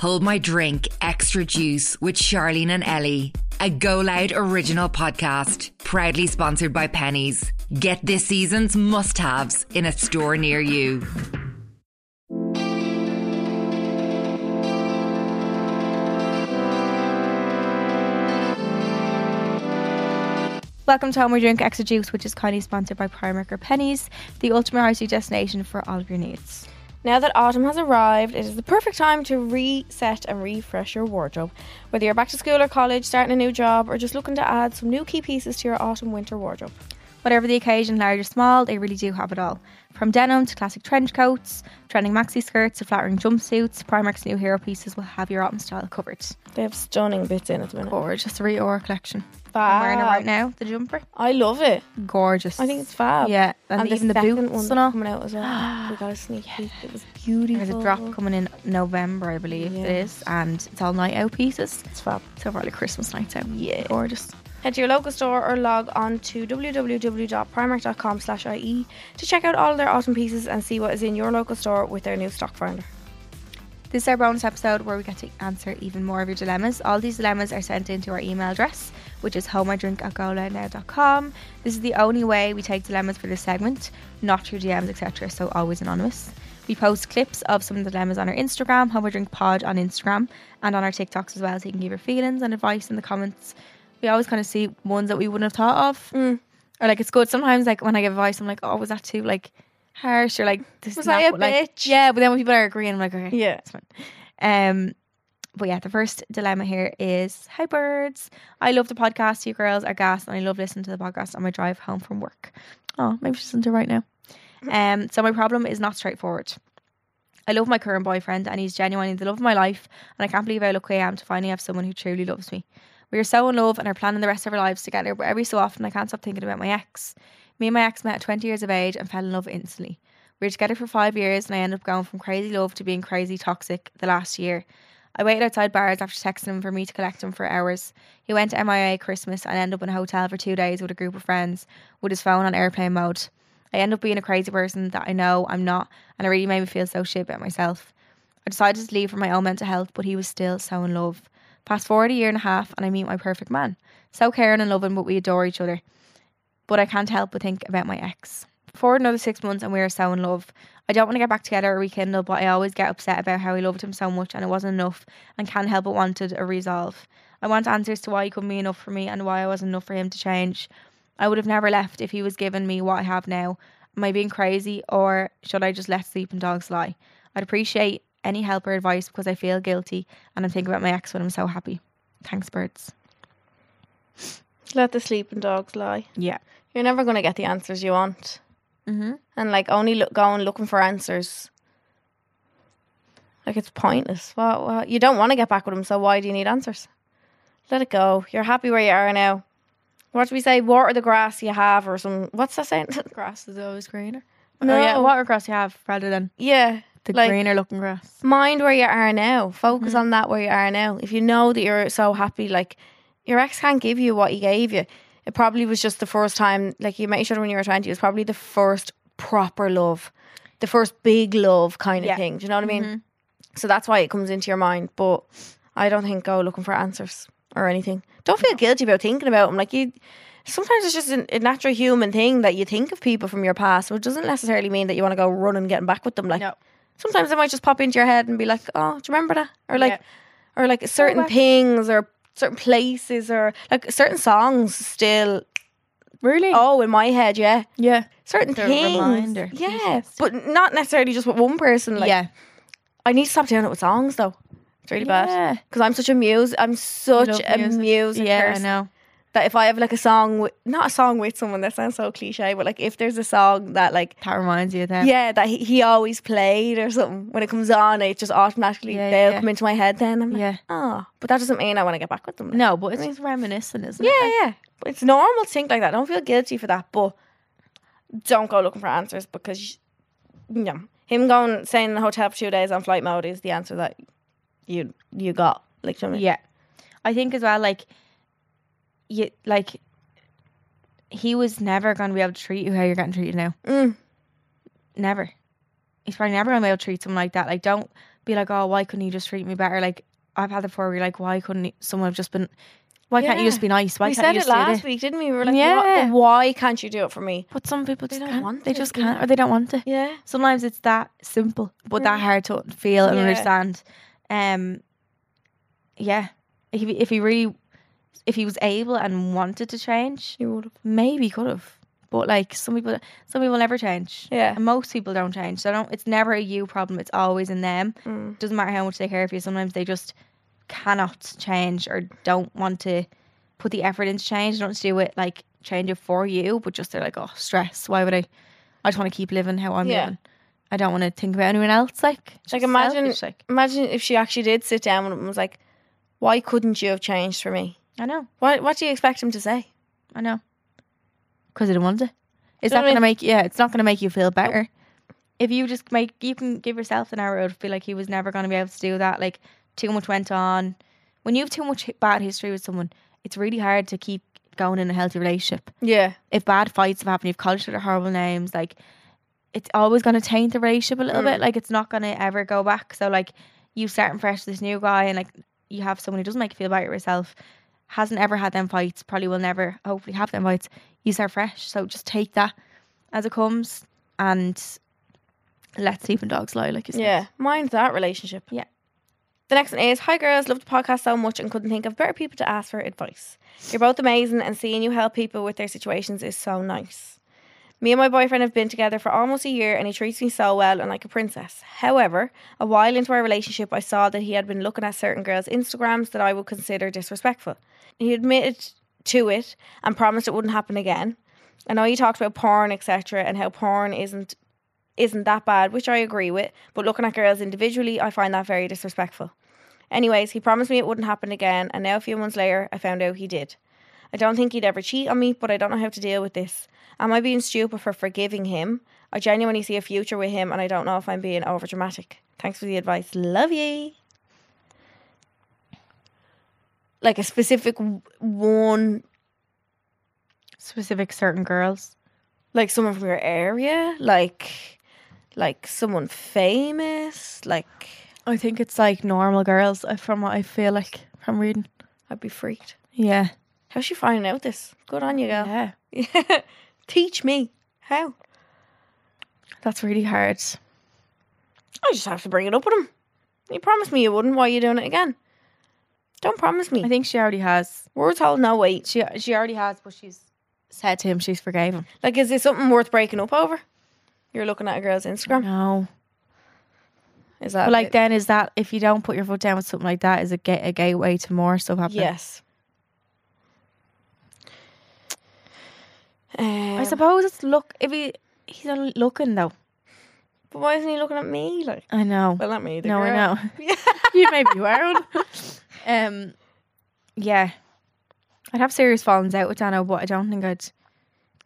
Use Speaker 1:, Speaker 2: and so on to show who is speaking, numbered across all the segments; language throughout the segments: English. Speaker 1: Hold My Drink Extra Juice with Charlene and Ellie, a Go Loud original podcast, proudly sponsored by Pennies. Get this season's must haves in a store near you.
Speaker 2: Welcome to Home We Drink Extra Juice, which is kindly sponsored by Primark or Pennies, the ultimate housey destination for all of your needs.
Speaker 3: Now that autumn has arrived, it is the perfect time to reset and refresh your wardrobe. Whether you're back to school or college, starting a new job, or just looking to add some new key pieces to your autumn winter wardrobe.
Speaker 2: Whatever the occasion, large or small, they really do have it all. From denim to classic trench coats, trending maxi skirts to flattering jumpsuits, Primark's new hero pieces will have your autumn style covered.
Speaker 3: They have stunning bits in at the minute.
Speaker 2: Gorgeous, the Reora collection. I'm
Speaker 3: Fab.
Speaker 2: wearing it right now, the jumper.
Speaker 3: I love it.
Speaker 2: Gorgeous.
Speaker 3: I think it's fab.
Speaker 2: Yeah, and,
Speaker 3: And
Speaker 2: even the
Speaker 3: second
Speaker 2: boots
Speaker 3: one
Speaker 2: and all.
Speaker 3: coming out as well. we got a sneak peek. It was
Speaker 2: There's
Speaker 3: beautiful.
Speaker 2: a drop coming in November, I believe it is, and it's all night out pieces.
Speaker 3: It's fab.
Speaker 2: So for all your Christmas nights out.
Speaker 3: Yeah.
Speaker 2: Gorgeous.
Speaker 3: Head to your local store or log on to www.primark.com slash IE to check out all their autumn pieces and see what is in your local store with their new stock finder.
Speaker 2: This is our bonus episode where we get to answer even more of your dilemmas. All these dilemmas are sent into our email address, which is homeidrink@goloutnow.com. This is the only way we take dilemmas for this segment, not through DMs, etc. So always anonymous. We post clips of some of the dilemmas on our Instagram, Home I Drink Pod on Instagram, and on our TikToks as well, so you can give your feelings and advice in the comments. We always kind of see ones that we wouldn't have thought of.
Speaker 3: Mm.
Speaker 2: Or like it's good sometimes like when I give advice, I'm like, Oh, was that too like harsh or like this
Speaker 3: Was
Speaker 2: is not
Speaker 3: I a
Speaker 2: what, like-
Speaker 3: bitch?
Speaker 2: Yeah, but then when people are agreeing, I'm like, okay.
Speaker 3: Yeah.
Speaker 2: It's fine. Um, but yeah, the first dilemma here is Hi, birds. I love the podcast. You girls are gas, and I love listening to the podcast on my drive home from work. Oh, maybe she's into right now. Um, so my problem is not straightforward. I love my current boyfriend, and he's genuinely the love of my life, and I can't believe how lucky I am to finally have someone who truly loves me. We are so in love and are planning the rest of our lives together, but every so often I can't stop thinking about my ex. Me and my ex met at 20 years of age and fell in love instantly. We were together for five years and I ended up going from crazy love to being crazy toxic the last year. I waited outside bars after texting him for me to collect him for hours. He went to MIA Christmas and ended up in a hotel for two days with a group of friends with his phone on airplane mode. I end up being a crazy person that I know I'm not, and it really made me feel so shit about myself. I decided to leave for my own mental health, but he was still so in love. Fast forward a year and a half, and I meet my perfect man. So caring and loving, but we adore each other. But I can't help but think about my ex. Forward another six months, and we are so in love. I don't want to get back together or rekindle, but I always get upset about how I loved him so much and it wasn't enough, and can't help but wanted a resolve. I want answers to why he couldn't be enough for me and why I wasn't enough for him to change. I would have never left if he was giving me what I have now. Am I being crazy or should I just let sleeping dogs lie? I'd appreciate any help or advice because I feel guilty and I'm thinking about my ex when I'm so happy. Thanks, birds.
Speaker 3: Let the sleeping dogs lie.
Speaker 2: Yeah.
Speaker 3: You're never going to get the answers you want.
Speaker 2: hmm
Speaker 3: And like only look, going looking for answers. Like it's pointless. Well, well you don't want to get back with them, so why do you need answers? Let it go. You're happy where you are now. What do we say? Water the grass you have, or some. What's that saying?
Speaker 2: Grass is always greener.
Speaker 3: No.
Speaker 2: Oh, yeah, water grass you have rather than
Speaker 3: yeah.
Speaker 2: the
Speaker 3: Like-
Speaker 2: greener looking grass.
Speaker 3: Mind where you are now. Focus
Speaker 2: Hmm.
Speaker 3: on that where you are now. If you know that you're so happy, like your ex can't give you what he gave you. It probably was just the first time, like you made sure when you were 20, it was probably the first proper love, the first big love kind of
Speaker 2: Yeah. Mm-hmm.
Speaker 3: thing. Do you know what I mean? So that's why it comes into your mind. But I don't think go looking for answers or anything. Don't feel guilty about thinking about them. Like you, sometimes it's just an- a natural human thing that you think of people from your past. So it doesn't necessarily mean that you want to go run and getting back with them. Like
Speaker 2: No.
Speaker 3: sometimes it might just pop into your head and be like, oh, do you remember that? Or like, or like certain
Speaker 2: back.
Speaker 3: things or certain places or like certain songs still.
Speaker 2: Really? Oh,
Speaker 3: Oh, in my head, yeah.
Speaker 2: yeah.
Speaker 3: Certain
Speaker 2: They're a
Speaker 3: things,
Speaker 2: reminder.
Speaker 3: yeah, but not necessarily just with one person. Like,
Speaker 2: yeah.
Speaker 3: I need to stop doing it with songs though. It's really bad
Speaker 2: Yeah.
Speaker 3: because I'm such a muse. I'm such
Speaker 2: Love
Speaker 3: a
Speaker 2: music.
Speaker 3: music
Speaker 2: Yeah, I
Speaker 3: person
Speaker 2: know.
Speaker 3: that if I have like a song, with, not a song with someone that sounds so cliche, but like if there's a song that like
Speaker 2: That reminds you of them.
Speaker 3: yeah that he, he always played or something when it comes on, it just automatically
Speaker 2: Yeah,
Speaker 3: they'll
Speaker 2: yeah.
Speaker 3: come into my head. Then I'm like,
Speaker 2: Yeah.
Speaker 3: oh, but that doesn't mean I want to get back with them. like.
Speaker 2: No, but it's just reminiscent, isn't
Speaker 3: yeah,
Speaker 2: it?
Speaker 3: yeah. But It's normal to think like that. Don't feel guilty for that, but don't go looking for answers because you know, him going staying in a hotel for two days on flight mode is the answer that you you got. Like, do you know what I mean?
Speaker 2: Yeah. I think as well, like, you, like, he was never going to be able to treat you how you're getting treated now.
Speaker 3: Mm.
Speaker 2: Never. He's probably never going to be able to treat someone like that. Like, don't be like, oh, why couldn't you just treat me better? Like I've had it before. Where you're like, why couldn't you- someone have just been? Why can't you
Speaker 3: Yeah.
Speaker 2: just be nice? Why
Speaker 3: we
Speaker 2: can't
Speaker 3: said
Speaker 2: you
Speaker 3: it
Speaker 2: just do
Speaker 3: last
Speaker 2: this?
Speaker 3: week, didn't we? We were like,
Speaker 2: Yeah.
Speaker 3: "What- why can't you do it for me?
Speaker 2: But some people
Speaker 3: They
Speaker 2: just
Speaker 3: don't
Speaker 2: can't.
Speaker 3: want
Speaker 2: they
Speaker 3: to,
Speaker 2: just
Speaker 3: do
Speaker 2: can't,
Speaker 3: they?
Speaker 2: or they don't want to.
Speaker 3: Yeah.
Speaker 2: Sometimes it's that simple, but that
Speaker 3: Mm.
Speaker 2: hard to feel and
Speaker 3: Yeah.
Speaker 2: understand. Um, yeah. If he, if he really, if he was able and wanted to change,
Speaker 3: You would have.
Speaker 2: maybe could have. But like some people, some people never change.
Speaker 3: Yeah.
Speaker 2: And most people don't change. So I don't. It's never a you problem. It's always in them.
Speaker 3: Mm.
Speaker 2: Doesn't matter how much they care for you. Sometimes they just cannot change or don't want to put the effort into change. Don't want to do it like change it for you, but just they're like, oh, stress. Why would I? I just want to keep living how I'm
Speaker 3: Yeah.
Speaker 2: living. I don't want to think about anyone else. Like, it's
Speaker 3: Like,
Speaker 2: just
Speaker 3: imagine-
Speaker 2: selfish, like
Speaker 3: Imagine if she actually did sit down with him and was like, why couldn't you have changed for me?
Speaker 2: I know,
Speaker 3: What, what do you expect him to say?
Speaker 2: I know, because I didn't want to. It's not
Speaker 3: Do you know what I
Speaker 2: gonna make yeah. It's not gonna make you feel better. If you just make you can give yourself an arrow to feel like he was never gonna be able to do that. Like too much went on. When you have too much bad history with someone, it's really hard to keep going in a healthy relationship.
Speaker 3: Yeah.
Speaker 2: if bad fights have happened, you've called each other horrible names, like it's always going to taint the relationship a little
Speaker 3: Mm.
Speaker 2: bit. Like it's not going to ever go back. So like you starting fresh with this new guy, and like you have someone who doesn't make you feel better yourself, hasn't ever had them fights, probably will never, hopefully, have them fights. You start fresh, so just take that as it comes, and let sleeping dogs lie, like you said.
Speaker 3: Yeah, mind that relationship.
Speaker 2: Yeah.
Speaker 3: The next one is Hi girls, love the podcast so much and couldn't think of better people to ask for advice. You're both amazing and seeing you help people with their situations is so nice. Me and my boyfriend have been together for almost a year and he treats me so well and like a princess. However, a while into our relationship, I saw that he had been looking at certain girls' Instagrams that I would consider disrespectful. He admitted to it and promised it wouldn't happen again. I know you talked about porn, etc., and how porn isn't isn't that bad, which I agree with, but looking at girls individually, I find that very disrespectful. Anyways, he promised me it wouldn't happen again, and now a few months later, I found out he did. I don't think he'd ever cheat on me, but I don't know how to deal with this. Am I being stupid for forgiving him? I genuinely see a future with him, and I don't know if I'm being overdramatic. Thanks for the advice. Love ye. Like a specific w- one,
Speaker 2: Specific certain girls.
Speaker 3: like someone from your area, like like someone famous, like
Speaker 2: I think it's like normal girls, uh, from what I feel like from reading.
Speaker 3: I'd be freaked.
Speaker 2: Yeah.
Speaker 3: How's she finding out this? Good on you, girl.
Speaker 2: Yeah.
Speaker 3: Teach me how.
Speaker 2: That's really hard.
Speaker 3: I just have to bring it up with him. You promised me you wouldn't. Why are you doing it again? Don't promise
Speaker 2: I
Speaker 3: me.
Speaker 2: think she already has.
Speaker 3: Words hold no weight.
Speaker 2: She she already has, but she's said to him she's forgave him.
Speaker 3: Like, is this something worth breaking up over? You're looking at a girl's Instagram.
Speaker 2: No,
Speaker 3: Is that
Speaker 2: but like
Speaker 3: it?
Speaker 2: then is that if you don't put your foot down with something like that, is it get a gateway to more stuff happening?
Speaker 3: Yes. Um,
Speaker 2: I suppose it's look if he he's only looking though.
Speaker 3: But why isn't he looking at me? Like,
Speaker 2: I know.
Speaker 3: well, not me. The
Speaker 2: no, I
Speaker 3: girl.
Speaker 2: know. you maybe were. um, yeah, I'd have serious fallings out with Dano, but I don't think I'd.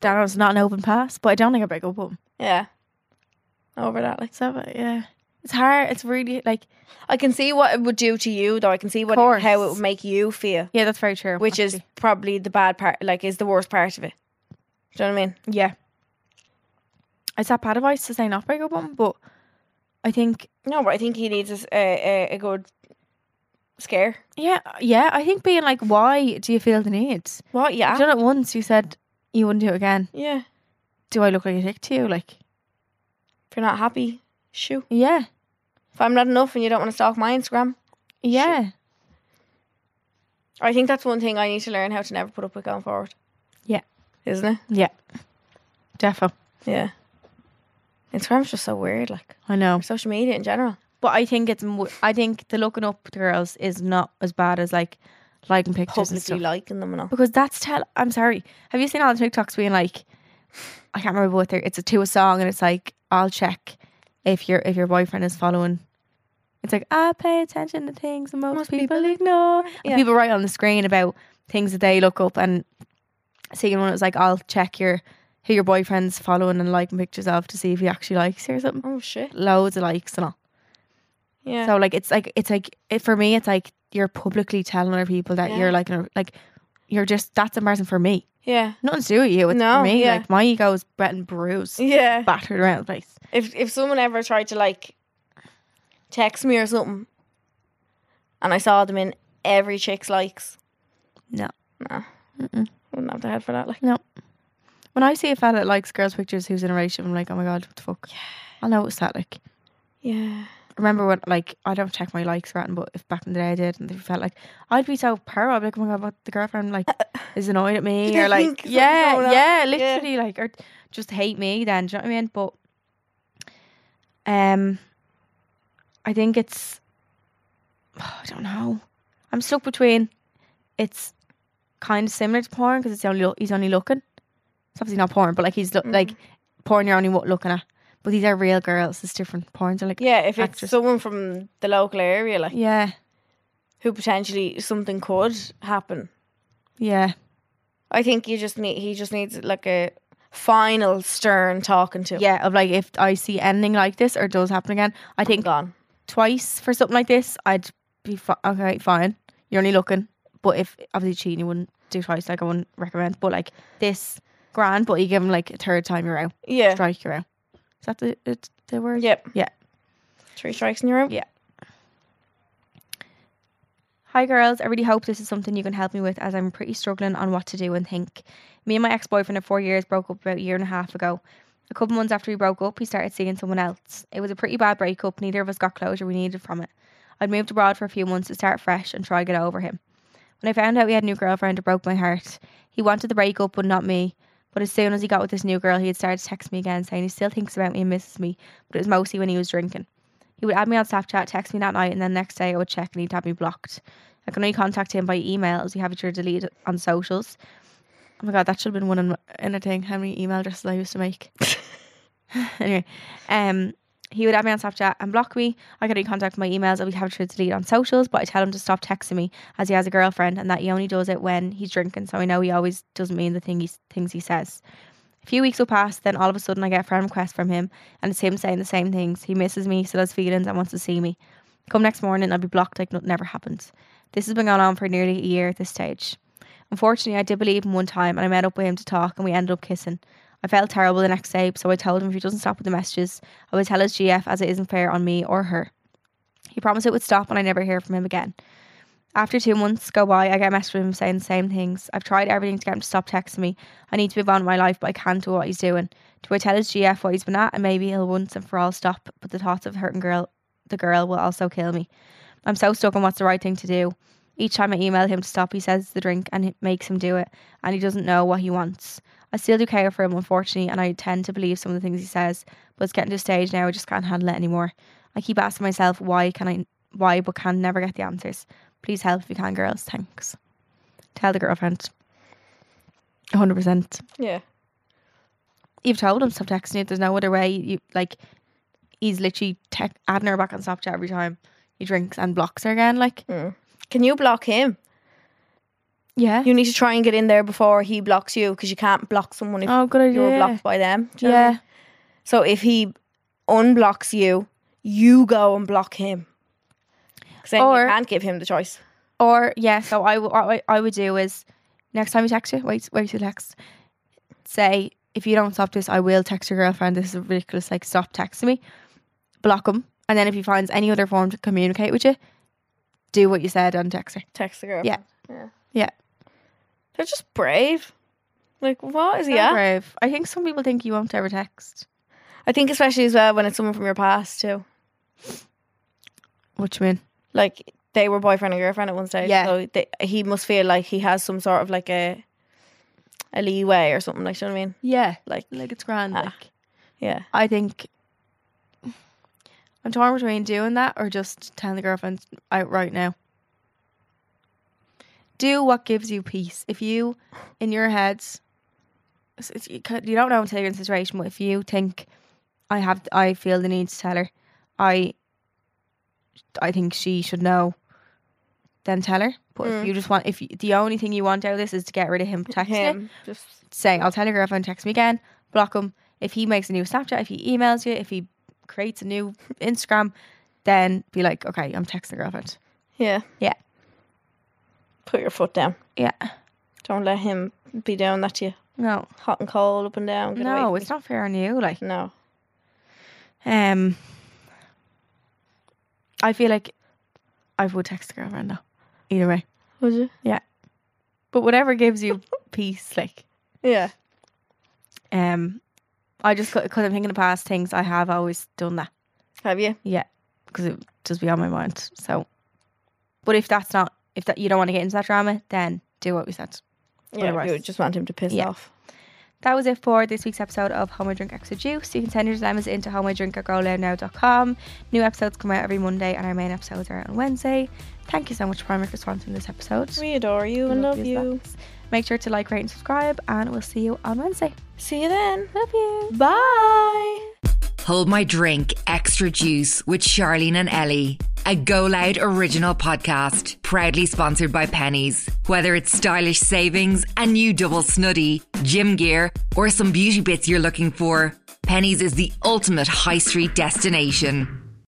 Speaker 2: Dano's not an open pass, but I don't think I'd break up with him.
Speaker 3: yeah. Over that, like.
Speaker 2: So but yeah, it's hard. It's really like
Speaker 3: I can see what it would do to you, though. I can see what
Speaker 2: Course.
Speaker 3: how it would make you feel,
Speaker 2: yeah, that's very true.
Speaker 3: which is
Speaker 2: actually.
Speaker 3: probably the bad part. Like, is the worst part of it. Do you know what I mean?
Speaker 2: Yeah. It's that bad advice to say not break up with him, but I think
Speaker 3: No, but I think he needs a s- a, a, a good scare.
Speaker 2: yeah, yeah, I think being like, why do you feel the need?
Speaker 3: What?
Speaker 2: You've done it once, you said you wouldn't do it again.
Speaker 3: yeah.
Speaker 2: Do I look like a dick to you? Like
Speaker 3: If you're not happy, shoo.
Speaker 2: Yeah.
Speaker 3: If I'm not enough and you don't want to stalk my Instagram,
Speaker 2: Yeah.
Speaker 3: I think that's one thing I need to learn how to never put up with going forward.
Speaker 2: Yeah.
Speaker 3: Isn't it?
Speaker 2: Yeah. Defo.
Speaker 3: Yeah. Instagram's just so weird, like
Speaker 2: I know.
Speaker 3: social media in general.
Speaker 2: But I think it's mo- I think the looking up to girls is not as bad as like liking pictures and
Speaker 3: Publicly
Speaker 2: stuff.
Speaker 3: liking them and all.
Speaker 2: Because that's tell. I'm sorry. Have you seen all the TikToks being like, I can't remember what they're. It's a to a song, and it's like, I'll check if your if your boyfriend is following. It's like I pay attention to things that most,
Speaker 3: Most
Speaker 2: people,
Speaker 3: people
Speaker 2: ignore. And
Speaker 3: Yeah.
Speaker 2: people write on the screen about things that they look up and seeing one. It was like, I'll check your who your boyfriend's following and liking pictures of to see if he actually likes you or something.
Speaker 3: Oh shit.
Speaker 2: Loads of likes and all.
Speaker 3: Yeah.
Speaker 2: So like it's like it's like it, for me it's like you're publicly telling other people that
Speaker 3: Yeah.
Speaker 2: you're like an- like you're just that's embarrassing for me.
Speaker 3: yeah.
Speaker 2: Nothing to do with you. It's
Speaker 3: No,
Speaker 2: for me.
Speaker 3: yeah.
Speaker 2: Like my ego is bent and bruised,
Speaker 3: Yeah.
Speaker 2: battered around the place.
Speaker 3: If if someone ever tried to like text me or something. And I saw them in every chick's likes.
Speaker 2: No.
Speaker 3: No.
Speaker 2: Mm-mm.
Speaker 3: Wouldn't have the head for that. Like,
Speaker 2: When I see a fella that likes girls' pictures who's in a relationship, I'm like, oh my god, what the fuck? Yeah. I'll notice that. Like,
Speaker 3: yeah.
Speaker 2: remember when, like, I don't check my likes or anything, but if back in the day I did, and they felt like I'd be so paranoid, I'd be like, oh my god, what the girlfriend like is annoyed at me,
Speaker 3: Did
Speaker 2: or
Speaker 3: they
Speaker 2: like,
Speaker 3: think something's
Speaker 2: yeah,
Speaker 3: going on?
Speaker 2: yeah,
Speaker 3: Yeah.
Speaker 2: literally, like, or just hate me. Then, do you know what I mean? But, um, I think it's, I don't know. I'm stuck between. It's kind of similar to porn because it's only lo- he's only looking. It's obviously not porn, but like he's lo-
Speaker 3: Mm.
Speaker 2: like porn you're only wo- looking at. But these are real girls. It's different. Porns are like
Speaker 3: Yeah, if it's
Speaker 2: Actress.
Speaker 3: someone from the local area, like,
Speaker 2: yeah,
Speaker 3: who potentially something could happen.
Speaker 2: yeah.
Speaker 3: I think you just need, he just needs like a final stern talking to.
Speaker 2: Yeah, of like if I see anything like this or does happen again, I
Speaker 3: I'm
Speaker 2: think
Speaker 3: gone.
Speaker 2: twice for something like this, I'd be fi- okay, fine. You're only looking, but if obviously cheating, you wouldn't do twice. Like I wouldn't recommend, but like this, grand. But you give him like a third time, you're out.
Speaker 3: Yeah.
Speaker 2: Strike, you're out. Is that the it's the word?
Speaker 3: Yep.
Speaker 2: Yeah.
Speaker 3: Three strikes in your room.
Speaker 2: Yeah. Hi, girls. I really hope this is something you can help me with as I'm pretty struggling on what to do and think. Me and my ex boyfriend of four years broke up about a year and a half ago. A couple months after we broke up, he started seeing someone else. It was a pretty bad breakup. Neither of us got closure we needed from it. I'd moved abroad for a few months to start fresh and try to get over him. When I found out he had a new girlfriend, it broke my heart. He wanted the breakup, but not me. But as soon as he got with this new girl, he had started to text me again, saying he still thinks about me and misses me, but it was mostly when he was drinking. He would add me on Snapchat, text me that night, and then the next day I would check and he'd have me blocked. I can only contact him by email as we have each other deleted on socials. Oh my god, that should have been one in, in a thing. How many email addresses I used to make. anyway, um, he would add me on Snapchat and block me. I could only contact my emails that we have each other deleted on socials, but I tell him to stop texting me as he has a girlfriend and that he only does it when he's drinking. So I know he always doesn't mean the thing he s- things he says. A few weeks will pass, then all of a sudden I get a friend request from him, and it's him saying the same things. He misses me, still has feelings, and wants to see me. Come next morning, I'll be blocked like nothing ever happened. This has been going on for nearly a year at this stage. Unfortunately, I did believe him one time, and I met up with him to talk, and we ended up kissing. I felt terrible the next day, so I told him if he doesn't stop with the messages, I would tell his GF as it isn't fair on me or her. He promised it would stop, and I never hear from him again. After two months go by, I get a message from him saying the same things. I've tried everything to get him to stop texting me. I need to move on with my life, but I can't do what he's doing. Do I tell his GF what he's been at, and maybe he'll once and for all stop? But the thoughts of hurting girl, the girl, will also kill me. I'm so stuck on what's the right thing to do. Each time I email him to stop, he says the drink and it makes him do it, and he doesn't know what he wants. I still do care for him, unfortunately, and I tend to believe some of the things he says, but it's getting to a stage now I just can't handle it anymore. I keep asking myself why can I, why, but can never get the answers. Please help if you can, girls. Thanks. Tell the girlfriend. 100%.
Speaker 3: Yeah.
Speaker 2: You've told him stop texting you. There's no other way. You like, he's literally tech adding her back on Snapchat every time he drinks and blocks her again. Like,
Speaker 3: Mm. Can you block him?
Speaker 2: yeah.
Speaker 3: You need to try and get in there before he blocks you because you can't block someone if
Speaker 2: oh, good idea.
Speaker 3: you were blocked by them. Do you know what I mean?
Speaker 2: yeah.
Speaker 3: So if he unblocks you, you go and block him. 'Cause then
Speaker 2: Or-
Speaker 3: you can't give him the choice.
Speaker 2: Or yeah, so I w- what I- I would do is next time you text you, wait, wait till text. Say if you don't stop this, I will text your girlfriend. This is ridiculous. Like stop texting me, block him, and then if he finds any other form to communicate with you, do what you said and text her.
Speaker 3: Text the girl.
Speaker 2: Yeah.
Speaker 3: Yeah.
Speaker 2: Yeah.
Speaker 3: They're just brave. Like what is he
Speaker 2: So
Speaker 3: at?
Speaker 2: brave. I think some people think you won't ever text.
Speaker 3: I think especially as well when it's someone from your past too.
Speaker 2: What you mean?
Speaker 3: Like they were boyfriend and girlfriend at one stage.
Speaker 2: Yeah.
Speaker 3: So they, he must feel like he has some sort of like a a leeway or something. Like, do you know what I mean?
Speaker 2: Yeah,
Speaker 3: Like,
Speaker 2: like it's grand.
Speaker 3: Ah.
Speaker 2: Like
Speaker 3: yeah,
Speaker 2: I think I'm torn between doing that or just telling the girlfriend out right now. Do what gives you peace. If you, in your head, it's- it's- you can't- you don't know until you're in the situation, but if you think, I have, I feel the need to tell her, I, I think she should know, then tell her. But if
Speaker 3: Mm.
Speaker 2: you just want, if you, the only thing you want out of this is to get rid of him, text her
Speaker 3: him. Just
Speaker 2: say, I'll tell your girlfriend, text me again, block him. If he makes a new Snapchat, if he emails you, if he creates a new Instagram, then be like, okay, I'm texting the girlfriend.
Speaker 3: yeah,
Speaker 2: Yeah.
Speaker 3: Put your foot down.
Speaker 2: Yeah.
Speaker 3: Don't let him be doing that to you.
Speaker 2: No,
Speaker 3: hot and cold, up and down. Get away
Speaker 2: no,
Speaker 3: from
Speaker 2: it's not fair on you. Like,
Speaker 3: me. no.
Speaker 2: um, I feel like I would text a girlfriend though. Either way.
Speaker 3: Would you?
Speaker 2: But whatever gives you peace, like
Speaker 3: Yeah.
Speaker 2: um I just because I'm thinking of past things, I have always done that
Speaker 3: Have you?
Speaker 2: because it does be on my mind. So, but if that's not if that you don't want to get into that drama, then do what we said.
Speaker 3: Yeah.
Speaker 2: Otherwise-
Speaker 3: You would just want him to piss
Speaker 2: Yeah.
Speaker 3: off.
Speaker 2: That was it for this week's episode of Home I Drink Extra Juice. You can send your dilemmas into homeidrinkatgrowloudnow.com. New episodes come out every Monday, and our main episodes are out on Wednesday. Thank you so much, Primark, for sponsoring this episode.
Speaker 3: We adore you and love you.
Speaker 2: as well. Make sure to like, rate, and subscribe, and we'll see you on Wednesday.
Speaker 3: See you then.
Speaker 2: Love you.
Speaker 3: Bye.
Speaker 1: Hold My Drink Extra Juice with Charlene and Ellie, a Go Loud original podcast, proudly sponsored by Pennies. Whether it's stylish savings, a new double snuddy, gym gear, or some beauty bits you're looking for, Pennies is the ultimate high street destination.